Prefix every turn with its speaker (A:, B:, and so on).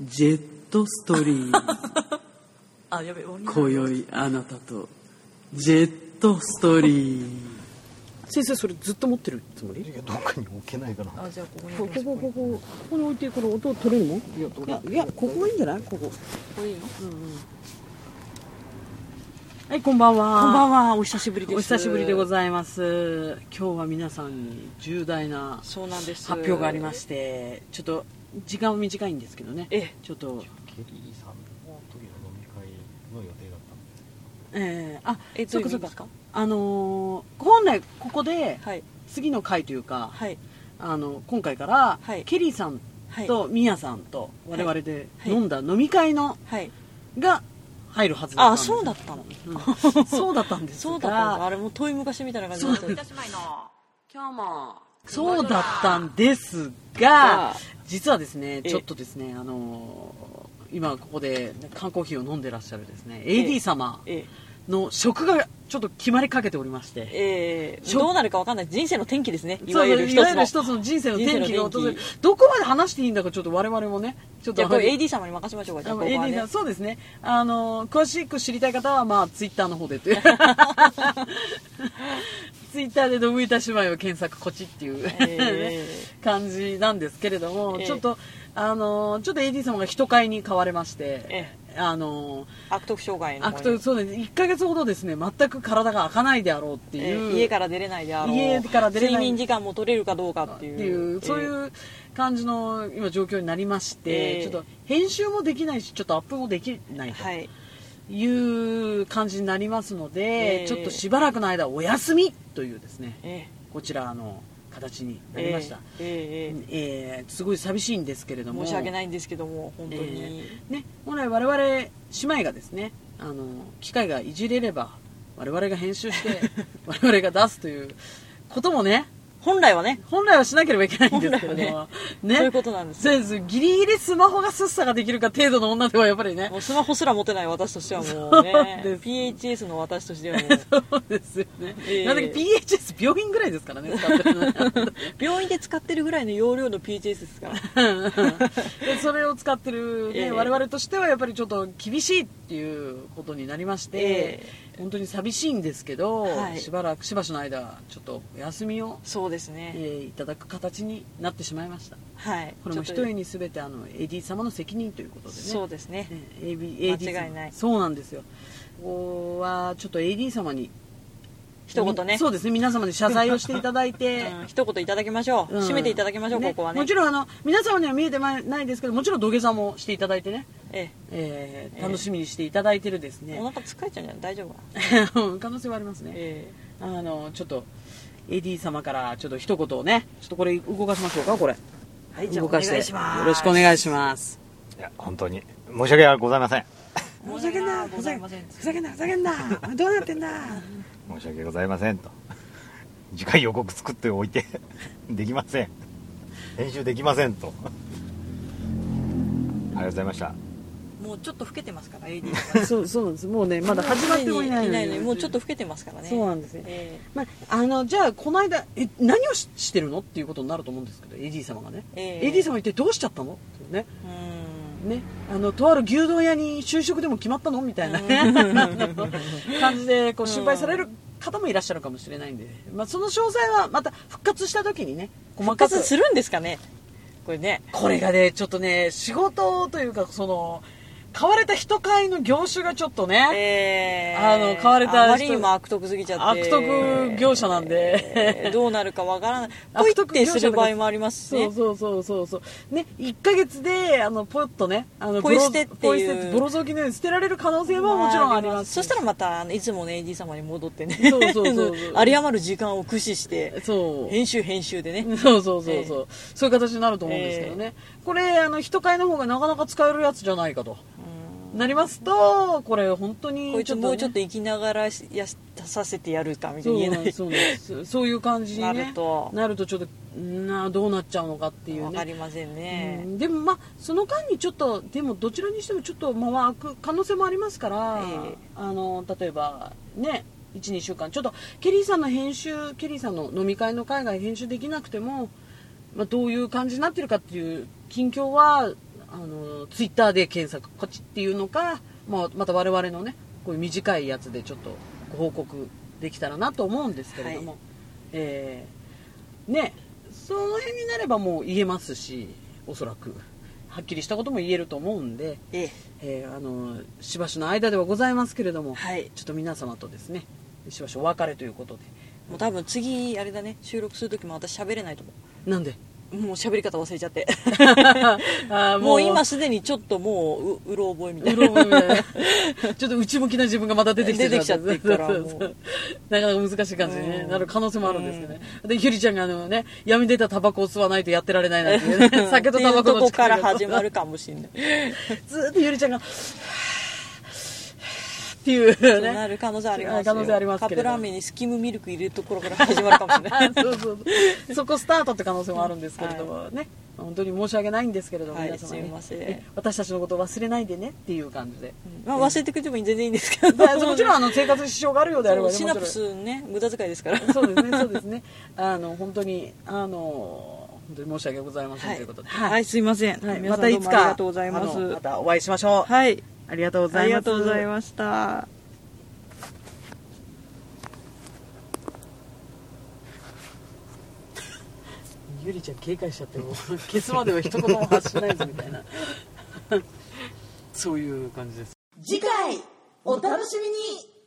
A: ジェットストリーム
B: あやべ今
A: 今宵あなたとジェットストリーム
C: 先生それずっと持ってるつもり
D: いやどっかに置けないかな
B: あじゃあここに
C: こここここここに置いてこの音を取れるのい
D: いやど
C: やいやここがいいんじゃないここ
B: これいいの
C: はいこんばんは
B: こんばんはお久しぶりです
C: お久しぶりでございます今日は皆さんに重大な
B: そうなんです
C: 発表がありましてちょっと時間は短いんですけどね
B: ええ
C: ちょっと
D: ケリーさんの時の飲み会の予定だったんです
C: ええあ
B: え
C: そうか
B: ど
C: そう
B: いう意味
C: う
B: で
C: か
B: すか
C: あのー本来ここで
B: はい
C: 次の回というか、
B: はい
C: あの今回から、
B: はい
C: ケリーさん
B: はい
C: とミヤさんと我々で
B: はい
C: 飲んだ飲み会の
B: はい
C: が入るはずだったん
B: あ
C: です
B: そうだったの
C: うんそうだったんですが
B: そうだったのあれもう遠い昔みたいな感じになっちゃう
A: 今日も
C: そうだったんですが
B: あ
C: 実はですね
B: え
C: ちょっとですねあのー今ここで缶コーヒーを飲んでらっしゃるですね AD 様
B: え
C: の食がちょっと決まりかけておりまして
B: ええー
C: しょ
B: どうなるかわかんない人生の転機ですねい
C: そ
B: わ
C: う
B: ゆる一
C: いわゆる
B: つの
C: 一つの人生の転機が訪れる
B: 人生の転
C: どこまで話していいんだかちょっと我々もねちょっ
B: じ
C: と
B: ゃあこれ AD 様に任せましょうかじゃ
C: あ
B: あこ
C: の
B: こは
C: AD
B: ね
C: さんそうですねあの詳しく知りたい方はまあツイッターの方 でというツイッターで「どぶいた姉妹」を検索こっちっていう、
B: え
C: 感じなんですけれども、
B: ええ
C: ちょっとあのちょっと AD 様が人買いに買われまして、
B: え
C: あの
B: 悪徳障害の
C: 悪とそうです1か月ほどですね全く体が開かないであろうって
B: え
C: いう、
B: ー家から出れないであろう
C: 家から出れない
B: 睡眠時間も取れるかどうかっていう
C: っていうそう
B: う、
C: いう感じの今状況になりまして、
B: ええ
C: ちょっと編集もできないしちょっとアップもできない
B: えー
C: と
B: はい
C: いう感じになりますので、
B: ええ
C: ちょっとしばらくの間お休みというですね
B: え
C: こちらあの形に
B: ー
C: なりました、
B: えーえー
C: えーすごい寂しいんですけれども
B: 申し訳
C: い、
B: ないんですけども本当に、
C: ね、本来我々姉妹がですねあの機械がいじれれば我々が編集して 我々が出すということもね
B: 本来はね
C: 本来はしなければいけないんですけれど
B: 本来
C: も、
B: は
C: ね
B: そういうことなんですよ
C: そうですギリギリスマホがすっさができるか程度の女ではやっぱりね
B: もうスマホすら持てない私としてはもう ね
C: そうです
B: PHS の私としてはもう
C: そうですよね、
B: ええ
C: なんだっけ PHS 病院ぐらいですからね使ってるの ね
B: 病院で使ってるぐらいの容量の PHS ですから
C: でそれを使ってる、ね
B: ええ
C: 我々としてはやっぱりちょっと厳しいっていうことになりまして
B: え、
C: 本当に寂しいんですけど、
B: はい
C: しばらくしばしの間ちょっとお休みを、
B: そうです
C: え
B: ね、
C: ーいただく形になってしまいました
B: はい
C: これも一
B: ちょっ
C: 重に全てあの AD 様の責任ということ
B: と
C: でね
B: そうですね
C: ね AB AD 様
B: 間違いない
C: そうなんですよここはちょっと AD 様に
B: 一言ね
C: みそうですね皆様に謝罪をしていただいて、
B: うん一言いただきましょう、
C: うん
B: 締めていただきましょう、ここはね
C: もちろんあの皆様には見えてまいないですけどもちろん土下座もしていただいてね、
B: え
C: えー
B: ええ
C: 楽しみにしていただいてるです
B: え
C: ね
B: お、腹疲れちゃうんじゃない大丈夫か な
C: 可能性はありますね、
B: え
C: あのちょっと AD 様からちょっと一言をねちょっとこれ動かしましょうかこれ
B: えはいじゃあ
C: 動
B: お
C: か
B: 願
C: し
B: い
C: て
B: します
C: よろしくお願いします
D: いや本当に申し訳ございません
B: 申し訳ないございません
C: ふざけんなふざけんなどうなってん だ
D: 申し訳ございませんと 次回予告作っておいて できません編集できませんとありがとうございました
B: もうちょっと老けてますから AD
C: そうそうなんですもうねまだ始まってもいない
B: い
C: の
B: な
C: に
B: いのにもうちょっと老けてますからね
C: そうなんですよ
B: え
C: まあ、あのじゃあこの間え何をししてるのっていうことになると思うんですけど AD 様がね、
B: ええ
C: AD 様一体どうしちゃったのってね
B: えうん
C: ね、あのとある牛丼屋に就職でも決まったのみた いな、ね、感じでこう心配される方もいらっしゃるかもしれないんで、まあ、その詳細はまた復活した時にね細
B: 復
C: かく
B: 活するんですかねこれね
C: これがねちょっとね仕事というかその買われた人買いの業種がちょっとね、
B: えー、
C: あの買われた人
B: あまりにも悪徳すぎちゃって
C: 悪徳業者なんで
B: えーどうなるかわからないポ イ
C: 悪
B: っ
C: 徳業
B: て
C: 者
B: する場合もありますし
C: そう
B: ね
C: そうそうそうそうね一1か月であのポッとねあの
B: ポイ捨てってい
C: ボロ
B: う
C: ポイ捨てってボロ雑巾のように捨てられる可能性はもちろんあります
B: そしたらまたあのいつもの AD 様に戻ってね
C: そうそうそう そう
B: 有り余る時間を駆使して
C: そう
B: 編集編集でね
C: そうそうそうそう、そういう形になると思うんですけどね、これあの人買いの方がなかなか使えるやつじゃないかとなりますとこれ本当に
B: こいつもうちょっ
C: と
B: と生きながらしやしさせてやるかみたい
C: そ
B: に
C: う
B: 言え
C: な
B: なんい
C: ですそうなんですそういう感じに、ね、
B: なると
C: なるとちょっとなどうなっちゃうのかっていう
B: わか
C: ね
B: りません
C: う
B: ね、
C: んでもまあその間にちょっとでもどちらにしてもちょっとまあ開く可能性もありますから、
B: ええ
C: あの例えばね12週間ちょっとケリーさんの編集ケリーさんの飲み会の海外編集できなくても、まあ、どういう感じになってるかっていう近況はあのツイッターで検索こっちっていうのか、まあ、また我々のねこういう短いやつでちょっとご報告できたらなと思うんですけれども、
B: はい
C: えーねその辺になればもう言えますしおそらくはっきりしたことも言えると思うんで、
B: ええ
C: えーあのしばしの間ではございますけれども、
B: はい
C: ちょっと皆様とですねしばしお別れということで
B: もう多分次あれだね収録する時も私喋れないと思
C: なんで
B: うもう喋り方忘れちゃって
C: あー
B: もう今すでにちょっともうううろ覚えみた
C: う
B: い
C: ろ
B: な
C: 覚えみたいな ちょっと内向きな自分がまた出てきて
B: 出てきちゃってるから
C: そうそうそうなかなか難しい感じにね
B: うん
C: なる可能性もあるんですよね、でゆりちゃんがあのね闇出たタバコを吸わないとやってられないなんていう ね 酒とタバコ
B: っていう
C: の
B: とこから始
C: る
B: まるかもしれ ない
C: ずーっとゆりちゃんがっていう
B: そうな
C: ね
B: る可能性ありますよ
C: 可能性あります
B: カ
C: け
B: ッ
C: れ
B: プ
C: ど
B: ラーメンにスキムミルク入れるところから始まるかもしれな
C: あ
B: い
C: そうそうそうそこスタートって可能性もあるんですけれどもね、本当に申し訳ないんですけれども、
B: はい
C: 皆様ね
B: すいません
C: え私たちのことを忘れないでねっていう感 じで、
B: まあ忘れてくれても全然いいんです
C: で
B: けど
C: もちろんあの生活に支障があるようであればね
B: シ
C: もち
B: ナ
C: ろん
B: プスね無駄遣いです から
C: そうですね、そうですね。あの本当にあの本当に申し訳ございません、ということで、
B: はい、はい、すいません、
C: はい
B: 皆
C: ま
B: さん
C: た
B: ど
C: いうつ
B: もあ
C: か
B: りがとうございま
C: あの
B: す
C: またお会いしましょう。
B: はい
C: ありがとうござ
B: あ
C: い
B: り
C: ます。
B: がとうございました
C: ゆりちゃん警戒しちゃってもう 消すまでは一言も発しないぞみたいな そういう感じです。
E: 次回お楽しみに